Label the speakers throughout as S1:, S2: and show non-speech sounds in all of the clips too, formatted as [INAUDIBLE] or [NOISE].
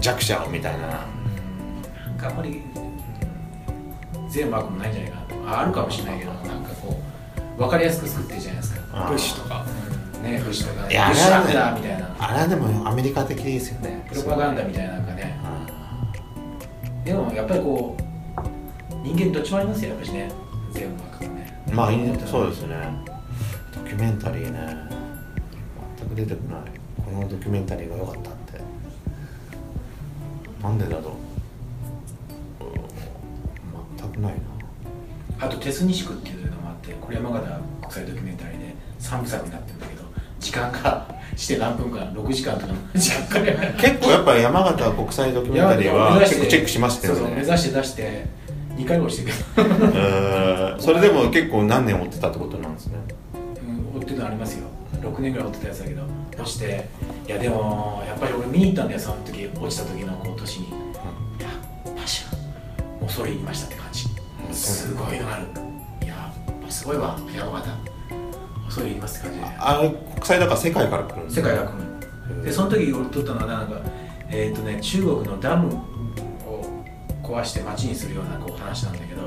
S1: 弱者をみたいな
S2: うんなんかあんまりうん善も悪もないんじゃないかなとああるかもしれないけどなんかこう分かりやすく作ってるじゃないですか
S1: あー
S3: ブッシュとか
S2: ねフシとか
S1: いやあ
S2: ブ
S1: れ
S2: ッシュ
S1: は
S2: ア
S1: ね
S2: クだみたいな
S1: あれはでもアメリカ的ですよね
S2: ねプロパガンダみたいななんかね
S1: あ
S2: でもやっぱりこう人間どっちもありますよやっぱしね全部悪もね
S1: ーまあいいねそうですねドキュメンタリーね全く出てこないこのドキュメンタリーが良かったってなんでだろううん全くないな
S2: あと「テスニシク」っていうのもあってこれ山形国際ドキュメンタリーで3部作になってるんだけど時間が [LAUGHS] して何分間6時間とか7時間くらい
S1: 結構やっぱり山形国際ドキュメンタリーは結構チェックしましたよ
S2: そうそう目
S1: ね
S2: 指して出して2回もしてる [LAUGHS] けど、
S1: えーそれでも結構何年追ってたってことなんですね
S2: うん、追ってるのありますよ6年ぐらい追ってたやつだけど落ちていやでもやっぱり俺見に行ったんだよその時落ちた時のこう年にやっぱしもうそれ言いましたって感じすごいのあるやっぱすごいわ山形それ言いますって感じで
S1: あれ国際だから世界から来るんです
S2: 世
S1: か
S2: 界が組むでその時俺撮ったのはなんかえっ、とね中国のダムを壊して町にするようなこう話なんだけど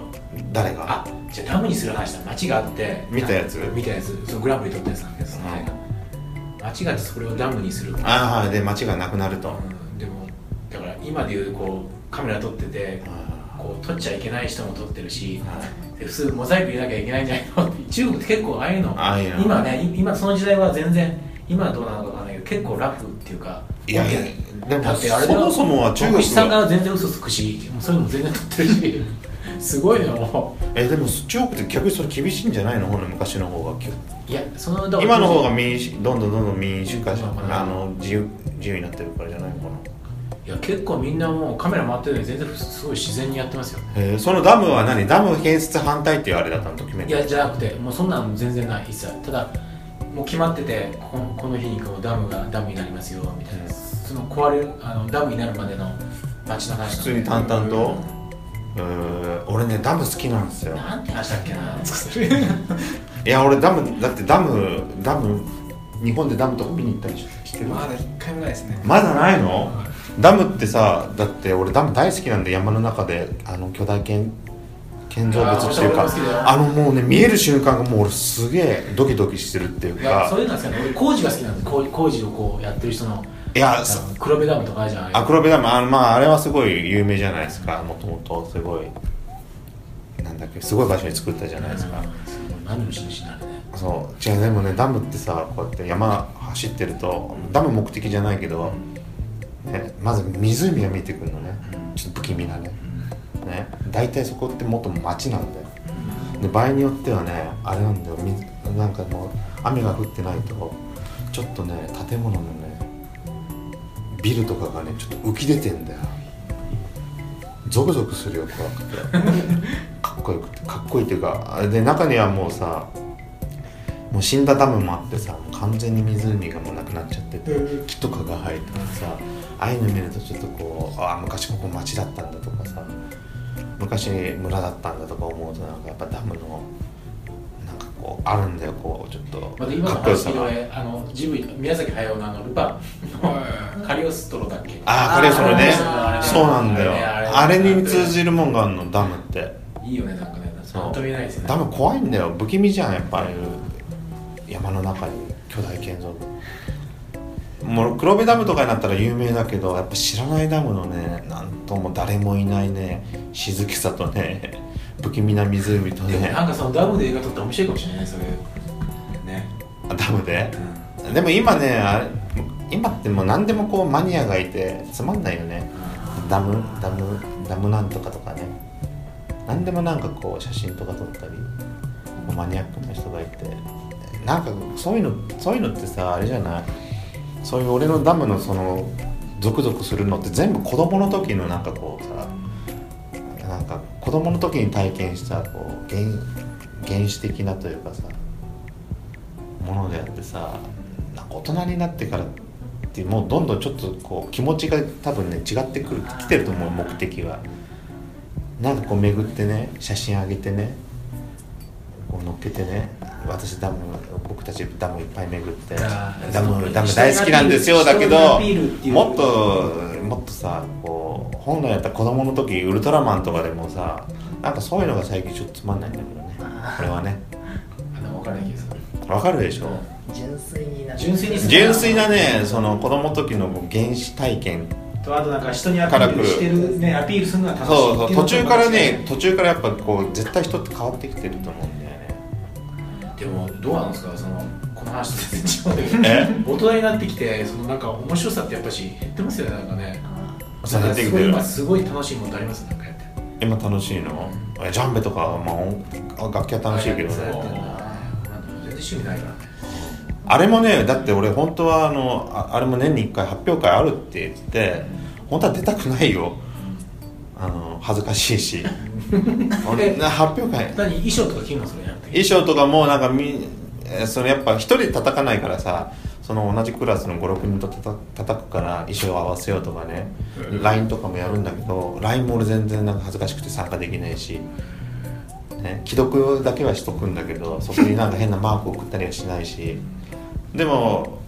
S1: 誰が
S2: あじゃあダムにする話だ町があって
S1: 見たやつ
S2: 見たやつそのグランプリ撮ったやつなんですけど、その映画町があってそれをダムにする
S1: ああで街がなくなると、
S2: うんでもだから今でいうこうカメラ撮ってて
S1: あ
S2: こう撮っちゃいけない人も撮ってるし
S1: ー
S2: で普通モザイク入れなきゃいけないんじゃないの中国って結構ああいうの
S1: ああいうの
S2: 今ねい今その時代は全然今はどうなのかわかんないけ結構ラフっていうか
S1: いやいやでも
S2: だってあれ
S1: そもそもは中国
S2: 国士さん
S1: が
S2: が全然嘘つくしもうそういうのも全然取ってる
S1: [LAUGHS]
S2: しすごいなも
S1: えでも中国って逆にそれ厳しいんじゃないのほんの昔の方が
S2: ういやそのだから
S1: 今の方が民主どんどんどんどん民主化し
S2: うん
S1: あの自由自由になってるからじゃないのかない
S2: や結構みんなもうカメラ回ってるのに全然すごい自然にやってますよ
S1: えーそのダムは何ダム建設反対っていうあれだったのドキュメン
S2: い
S1: タリ
S2: や
S1: ー
S2: じゃなくてもうそんなの全然ない一切ただもう決まっててこのこの日にこうダムがダムになりますよみたいな、
S1: うん
S2: その壊れるあのダムになるまでの街の話なんで
S1: 普通に淡々と、えー俺ねダム好きなんですよ
S2: なんて話だっけな
S1: いや俺ダムだってダムダム日本でダムとか見に行ったりしてる
S3: まだ一回もないですね
S1: まだないのダムってさだって俺ダム大好きなんで山の中であの巨大建建造物っていう
S2: あー
S1: か
S2: 俺も好きだよ
S1: あのもうね見える瞬間がもう俺すげえドキドキしてるっていう
S2: いやそう
S1: か
S2: いうのなんですかね俺工事が好きなんです工工事をこうやってる人の
S1: いや
S2: あの黒部ダムとかあるじゃない
S1: アクロベダムあのまああれはすごい有名じゃないですかもともとすごいなんだっけすごい場所に作ったじゃないですか、
S2: うん何の印になるね
S1: そう違うでもねダムってさこうやって山走ってるとダム目的じゃないけど、ね、まず湖が見えてくるのねちょっと不気味なねね大体そこってもっと町なんだよで場合によってはねあれなんだよ水なんかもう雨が降ってないとちょっとね建物のねビルとかがねちょっと浮き出てんだよゾクゾクするよ怖くてかっこよくてかっこいいっていうかあで中にはもうさもう死んだダムもあってさもう完全に湖がもうなくなっちゃってて、木とかが生えててさああいうの見るとちょっとこうああ昔ここ町だったんだとかさ昔村だったんだとか思うとなんかやっぱダムのなんかこうあるんだよこうちょっと
S2: また今の
S1: かっこよ
S2: 話
S1: さ
S2: 聞
S1: が
S2: いてあのジブリ宮崎駿のあのルパンのカリオストロだっけ
S1: ああ彼それね
S2: あー
S1: そうなんだよ
S2: あれ
S1: あれに通じるもんがあるのダムって
S2: いいよねなんかね
S1: そう
S2: なんと見えないですね
S1: ダム怖いんだよ不気味じゃんやっぱり山の中に巨大建造物もう黒部ダムとかになったら有名だけどやっぱ知らないダムのねなんとも誰もいないね静けさとね不気味な湖と
S2: でも
S1: ね
S2: なんかそのダムで映画撮ったら面白いかもしれないそれね
S1: あダムで
S2: うん
S1: でも今ねあれ今ってもう何でもこうマニアがいてつまんないよねダムダムダムなんとかとかね何でもなんかこう写真とか撮ったりマニアックな人がいてなんかそういうのそういうのってさあれじゃないそういう俺のダムのそのゾクゾクするのって全部子供の時のなんかこうさなんか子供の時に体験したこう原原始的なというかさものであってさなんか大人になってからってもうどんどんちょっとこう気持ちが多分ね違ってくる来てると思う目的はなんかこう巡ってね写真あげてねこう乗っけてね私ダム僕たちダムいっぱい巡って
S2: あー
S1: ダム
S2: そう
S1: ダム大好きなんですよ
S2: 人に
S1: だ
S2: アピ
S1: け
S2: ール
S1: ど
S2: 人にアピールっていう
S1: もっともっとさこう本来やったら子供の時ウルトラマンとかでもさなんかそういうのが最近ちょっとつまんないんだけどねこれはね
S2: あの分からないけどさ
S1: わかるでしょ
S4: 純粋にな
S2: 純粋に
S1: 純粋なねその子供の時の原始体験
S2: とあとなんか人にアピールしてるねアピールするのは楽しい
S1: そうそう
S2: ってい
S1: 途中から
S2: のが
S1: ね途中からやっぱこう絶対人って変わってきてると思うんだよね
S2: でもどうなんですかそのこの話と全然違うんだ
S1: [LAUGHS] え
S2: けど大人になってきてそのなんか面白さってやっぱし減ってますよねなんかね
S1: そう減ってきてる
S2: なんかすごい今すごい楽しいものってありますなんかやって
S1: 今楽しいのえジャンベとか、まあ音、楽器は楽しいけど
S2: そうなん
S1: ね
S2: だ全然趣味ないからね
S1: あれもねだって俺本当はあのああれも年に1回発表会あるって言って本当は出たくないよあの恥ずかしいし俺な発表会
S2: 何衣装とか着るのそれやって
S1: 衣装とかもなんかみえーそのやっぱ一人で叩かないからさその同じクラスの56人と叩叩くから衣装を合わせようとかね LINE とかもやるんだけど LINE も俺全然なんか恥ずかしくて参加できないし、ね、既読だけはしとくんだけどそこになんか変なマーク送ったりはしないしでも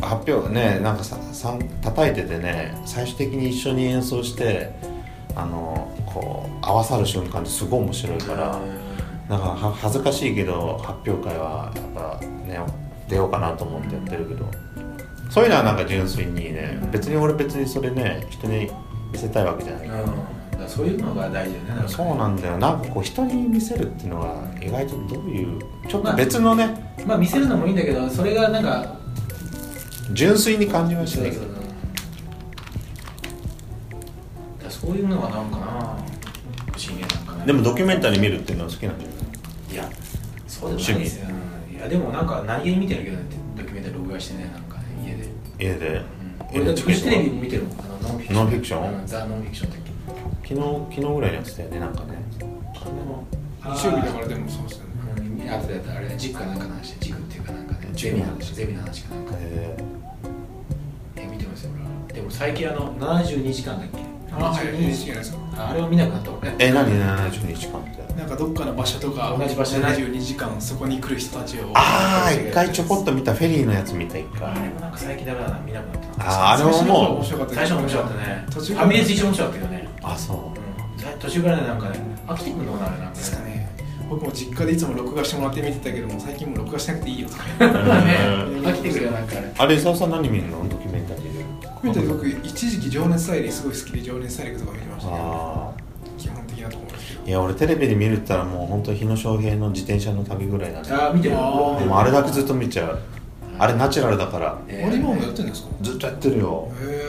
S1: 発表ねなんかささん叩いててね最終的に一緒に演奏してあのこう合わさる瞬間ってすごい面白いから。なんかは恥ずかしいけど発表会はやっぱね出ようかなと思ってやってるけどそういうのはなんか純粋にね別に俺別にそれね人に見せたいわけじゃない、
S2: うんだからそういうのが大事だよねなんかね
S1: そうなんだよなんかこう人に見せるっていうのは意外とどういうちょっ
S2: まあ
S1: と別のね、
S2: まあ見せるのもいいんだけどそれがなんか
S1: 純粋に感じました
S4: そう
S1: ね
S4: そうそう
S2: だからそういうのがなんかな不思議なんかな
S1: でもドキュメンタリー見るっていうのは好きなんじゃない
S2: いやそうでもないですようんいやでもなんか何気に見てるけどねドキュメンタリー録画してねなんかね家で、
S1: 家で
S2: うん、俺だってフジテレビ
S1: NHK
S2: も見てるもんあのノンフィクション
S1: ノンフィクション
S2: うんザ・ノンフィクションの時
S1: 昨日昨日ぐらいのやつだよねなんかね
S2: あの
S3: 日曜日だからでもそうですよね
S2: うん、あとでやったらあれ軸かなんかの話で軸っていうかなんかね
S1: 軸の
S2: ゼミ
S1: 話
S2: の話ゼミの話かなんかで、
S1: え
S2: え見てますよ俺はでも最近あの72時間だっけ
S3: あはい
S2: 72
S3: NHK
S2: 時
S3: じゃないですか
S2: 間あれを見なくなった俺
S1: ー、え何72時間って
S3: なんかどっかの場所とか
S2: 同じ場所でね
S3: 72時間そこに来る人たちを
S1: ああ一回ちょこっと見たフェリーのやつ見た一回
S2: あれもなんか最近ダメだな見なくなったな
S1: あーあれももう
S3: 最初の頃面白かった
S2: 最初面白かったね
S3: 途
S2: フ
S3: 中
S2: ァミレス一番面白かったけどね
S1: あそ
S2: うんさ途中からねなんかね飽きてくるのかなあれなんか
S3: です
S2: ね
S3: かね僕も実家でいつも録画してもらって見てたけども最近もう録画しなくていいよとか [LAUGHS]
S1: う、
S2: そうだね
S1: うん
S2: 飽きてくるよなんかあれ
S1: あれ伊沢さん何見るのドキュメンタリーで
S3: こういう時僕一時期情熱大陸すごい好きで情熱大陸とか見てましたね
S1: あ
S3: 基本的なところですけど
S1: あいや俺テレビで見るって言ったらもう本当日野翔平の自転車の旅ぐらいなんで
S2: あー見てる
S3: あー
S1: でもあれだけずっと見ちゃうあれナチュラルだから
S2: えー
S3: あれ今もやってるんですか
S1: ずっとやってるよ
S3: へ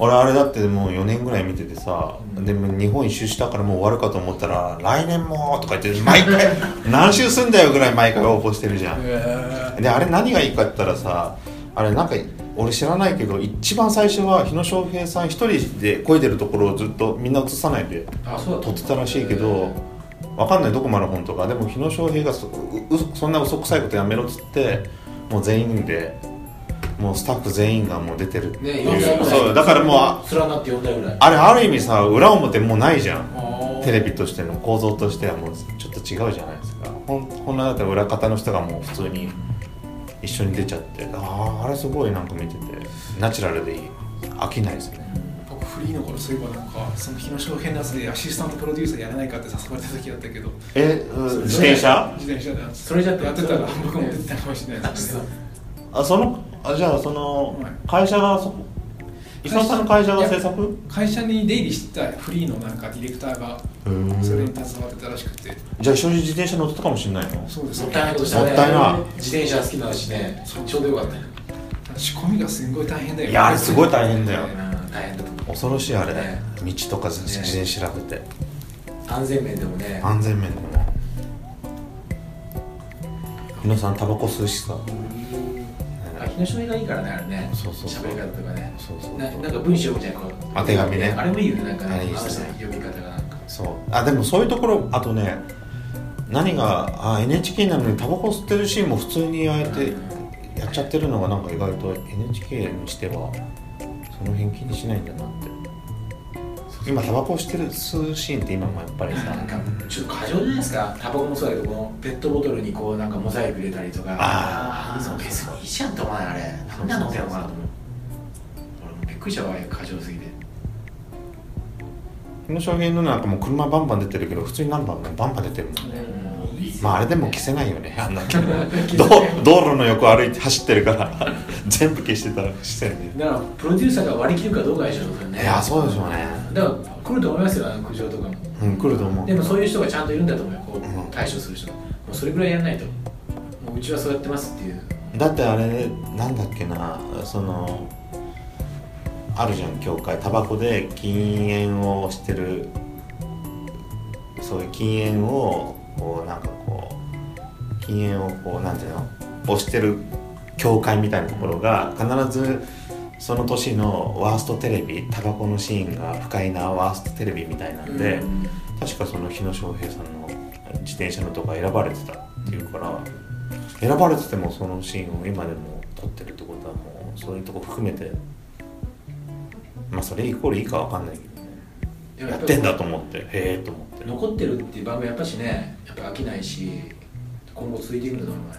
S1: 俺あれだってもう4年ぐらい見ててさ、
S2: うん
S1: でも日本一周したからもう終わるかと思ったら「来年も」とか言って毎回何周すんだよぐらい毎回応募してるじゃん、
S3: え
S1: であれ何がいいかって言ったらさあれなんか俺知らないけど一番最初は日野翔平さん一人で漕いでるところをずっとみんな映さないで
S2: あそうだ
S1: 撮ってたらしいけどわかんないどこまで本当かでも日野翔平がそううそんな嘘くさいことやめろっつってもう全員でもうスタッフ全員がもう出てるって
S2: ね
S1: いう,、
S2: 四代ぐらい
S1: そうだからもうあ
S2: 連なって4代ぐらい
S1: あれある意味さ裏表もうないじゃん
S3: あ
S1: テレビとしての構造としてはもうちょっと違うじゃないですかほんほんなだったら裏方の人がもう普通に一緒に出ちゃってあああれすごいなんか見ててナチュラルでいい飽きないですね
S3: 僕フリーの頃そういえばなんかその日野翔平のやつでアシスタントプロデューサーやらないかって誘われた時だったけど
S1: えうん自転車
S3: 自転車で
S2: それじゃ
S3: やってたら僕も出てたかもしれないですね
S1: [LAUGHS] あそのあじゃあその
S3: はい
S1: 会社がそこ伊沢さんの会社が制作
S3: 会社に出入りしてたフリーのなんかディレクターが
S1: うん
S3: それに携わってたらしくて
S1: じゃあ一緒に自転車乗ってたかもしれないの
S3: そうです
S2: もったいないことした
S1: もったいない
S2: 自転車好きなしねちょうどよかったよ
S3: 仕込みがすごい大変だよ
S1: いやあれすごい大変だよ
S2: うん大変だと思う
S1: 恐ろしいあれ
S2: ね
S1: 道とか自転車調べて
S2: 安全面でもね
S1: 安全面でも日野さんタバコ吸うしさ
S2: あ日の照がいいからねあれね
S1: そうそうそう
S2: 喋り方とかね
S1: そうそう
S2: ななんか文章みたいなこう
S1: あ手紙ね
S2: あれもいいよねなんかね
S1: あれいいっ
S2: あ
S1: す
S2: の
S1: ね
S2: 人の読み方がなんか
S1: そうあでもそういうところあとね何があ NHK なのにタバコ吸ってるシーンも普通にああやってやっちゃってるのがなんか意外と NHK にしてはその辺気にしないんだなって今タバコしてる吸うシーンって今もやっぱりさ
S2: なんかちょっと過剰じゃないですかタバコもそうだけどこのペットボトルにこうなんかモザイク入れたりとか
S1: あー
S2: そう別にいいじゃんと思わないあれ
S1: そうそうそう
S2: 何なのってのかなと思う俺もびっくりしたわああいう過剰すぎて
S1: この証言のなんかもう車バンバン出てるけど普通にナンバーもバンバン出てるもんね
S2: うんいいっすね
S1: まああれで
S2: [LAUGHS]
S1: も消せないよねあんなけど道路の横歩いて走ってるから全部消してたらしてるね
S2: だからプロデューサーが割り切るかどうかでしょそれね
S1: いやそうでしょうね
S2: だから来ると思いますよあの苦情とかも
S1: うん来ると思う
S2: でもそういう人がちゃんといるんだと思うよこ
S1: うん
S2: う対処する人がもうそれぐらいやんないともううちはそうやってますっていう
S1: だってあれなんだっけなそのあるじゃん教会タバコで禁煙をしてるそういう禁煙をこうなんかこう禁煙をこうなんていうの押してる教会みたいなところが必ずその年のワーストテレビタバコのシーンが不快なワーストテレビみたいなんで、
S2: うん
S1: 確かその日野翔平さんの自転車のとか選ばれてたっていうから選ばれててもそのシーンを今でも撮ってるってことはもうそういうとこ含めてまあそれイコールいいかわかんないけどね
S2: でも
S1: や
S2: や
S1: っ
S2: ぱ
S1: て
S2: り
S1: んだと思ってへえと思ってやっ
S2: 残ってるっていう場面やっぱしねやっぱ飽きないし今後続いていくんだと思うよね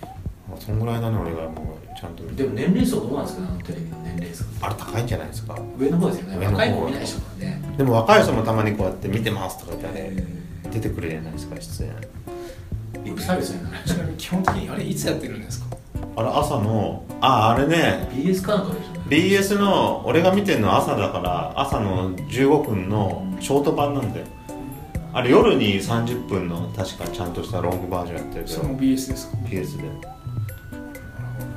S1: ぱそんぐらいだね俺がもうちゃんと見て
S2: でも年齢層どうなんですかねあのテレビの年齢層
S1: あれ高いんじゃないですか
S2: 上の方ですよね
S1: 上の方
S2: 若い子見ないでしょうね
S1: でも若い人もたまにこうやって見てますとか言ってね
S2: う
S1: 出てくるじゃないですか出演
S2: リップサービスになる
S3: ちなみに基本的にあれいつやってるんですか
S1: あれ朝のあああれね
S2: BS かなんかでしょうね
S1: BS の俺が見てるのは朝だから朝の15分のショート版なんだよあれ夜に30分の確かちゃんとしたロングバージョンやってるけ
S3: そ
S1: ど
S3: れも BS ですか
S1: BS で
S3: の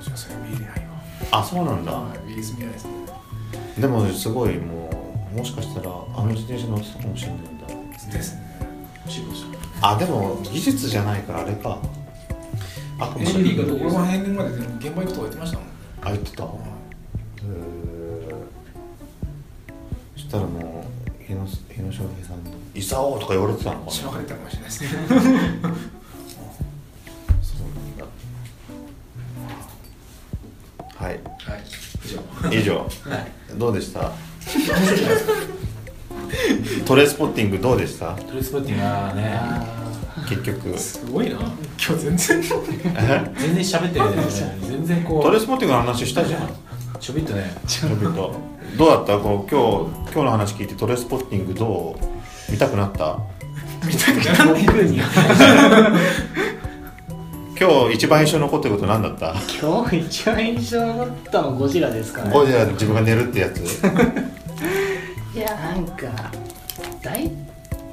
S3: 女性は見れないわ
S1: あそうなんだ、
S3: はいウィリス見れないですね
S1: でもすごいもうもしかしたらあの自転車乗ってたかもしれないんだ
S3: ですね
S2: 死亡者
S1: あでも技術じゃないからあれかあかもしれ
S3: AB
S1: な
S3: が
S1: い
S3: どこら辺まででも現場行くとか言ってましたもんね
S1: あ言ってたへえそしたらもう日野日野翔平さんの「いさお!」とか言われてたのかな
S3: しばかれたかもしれないですね [LAUGHS]
S1: そうなんだはい
S2: はい以上
S1: 以上、どうでしたトレースポッティングどうでした
S2: トレースポッティングはね
S1: 結局
S3: すごいな今日全然
S2: 全然喋ってるね全然こう
S1: トレースポッティングの話したじゃん
S2: ちょびっとね
S1: ちょびっとどうだったこう今日今日の話聞いてトレースポッティングどう見たくなった今日一番印象に残ってること何だった
S4: 今日一番印象に残ったのゴジラですかね
S1: ゴジラで自分が寝るってやつ
S4: いやなんか大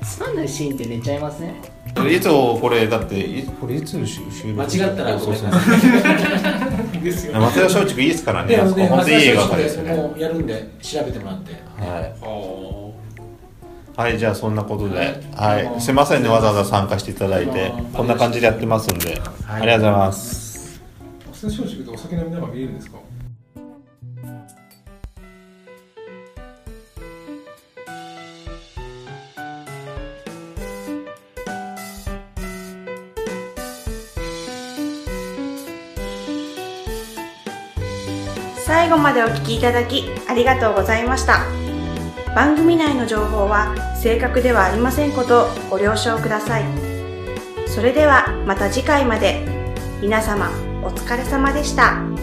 S4: つまんないシーンって寝ちゃいますね
S1: いつをこれだっていこれいつの収録
S2: 間違ったらごめん
S1: そうそ
S2: な
S1: う
S2: [LAUGHS] さい
S3: で
S1: [LAUGHS]
S3: すよ
S1: 松田松竹いいですからね
S2: で
S1: あ
S2: も
S1: そこ
S2: ね
S1: 本当にいい映画館です
S2: 松
S1: よね
S2: 田聖子もうやるんで調べてもらって
S1: はい
S3: お
S1: はい、じゃあそんなことで、
S3: は
S1: はいい、すいませんね、わざわざ参加していただいて
S3: あー、
S1: こんな感じでやってますんで、ありがとうございます。
S3: お寿司を食ってお酒飲みながら見れるんですか
S5: 最後までお聞きいただきありがとうございました番組内の情報は正確ではありませんことをご了承くださいそれではまた次回まで皆様お疲れ様でした。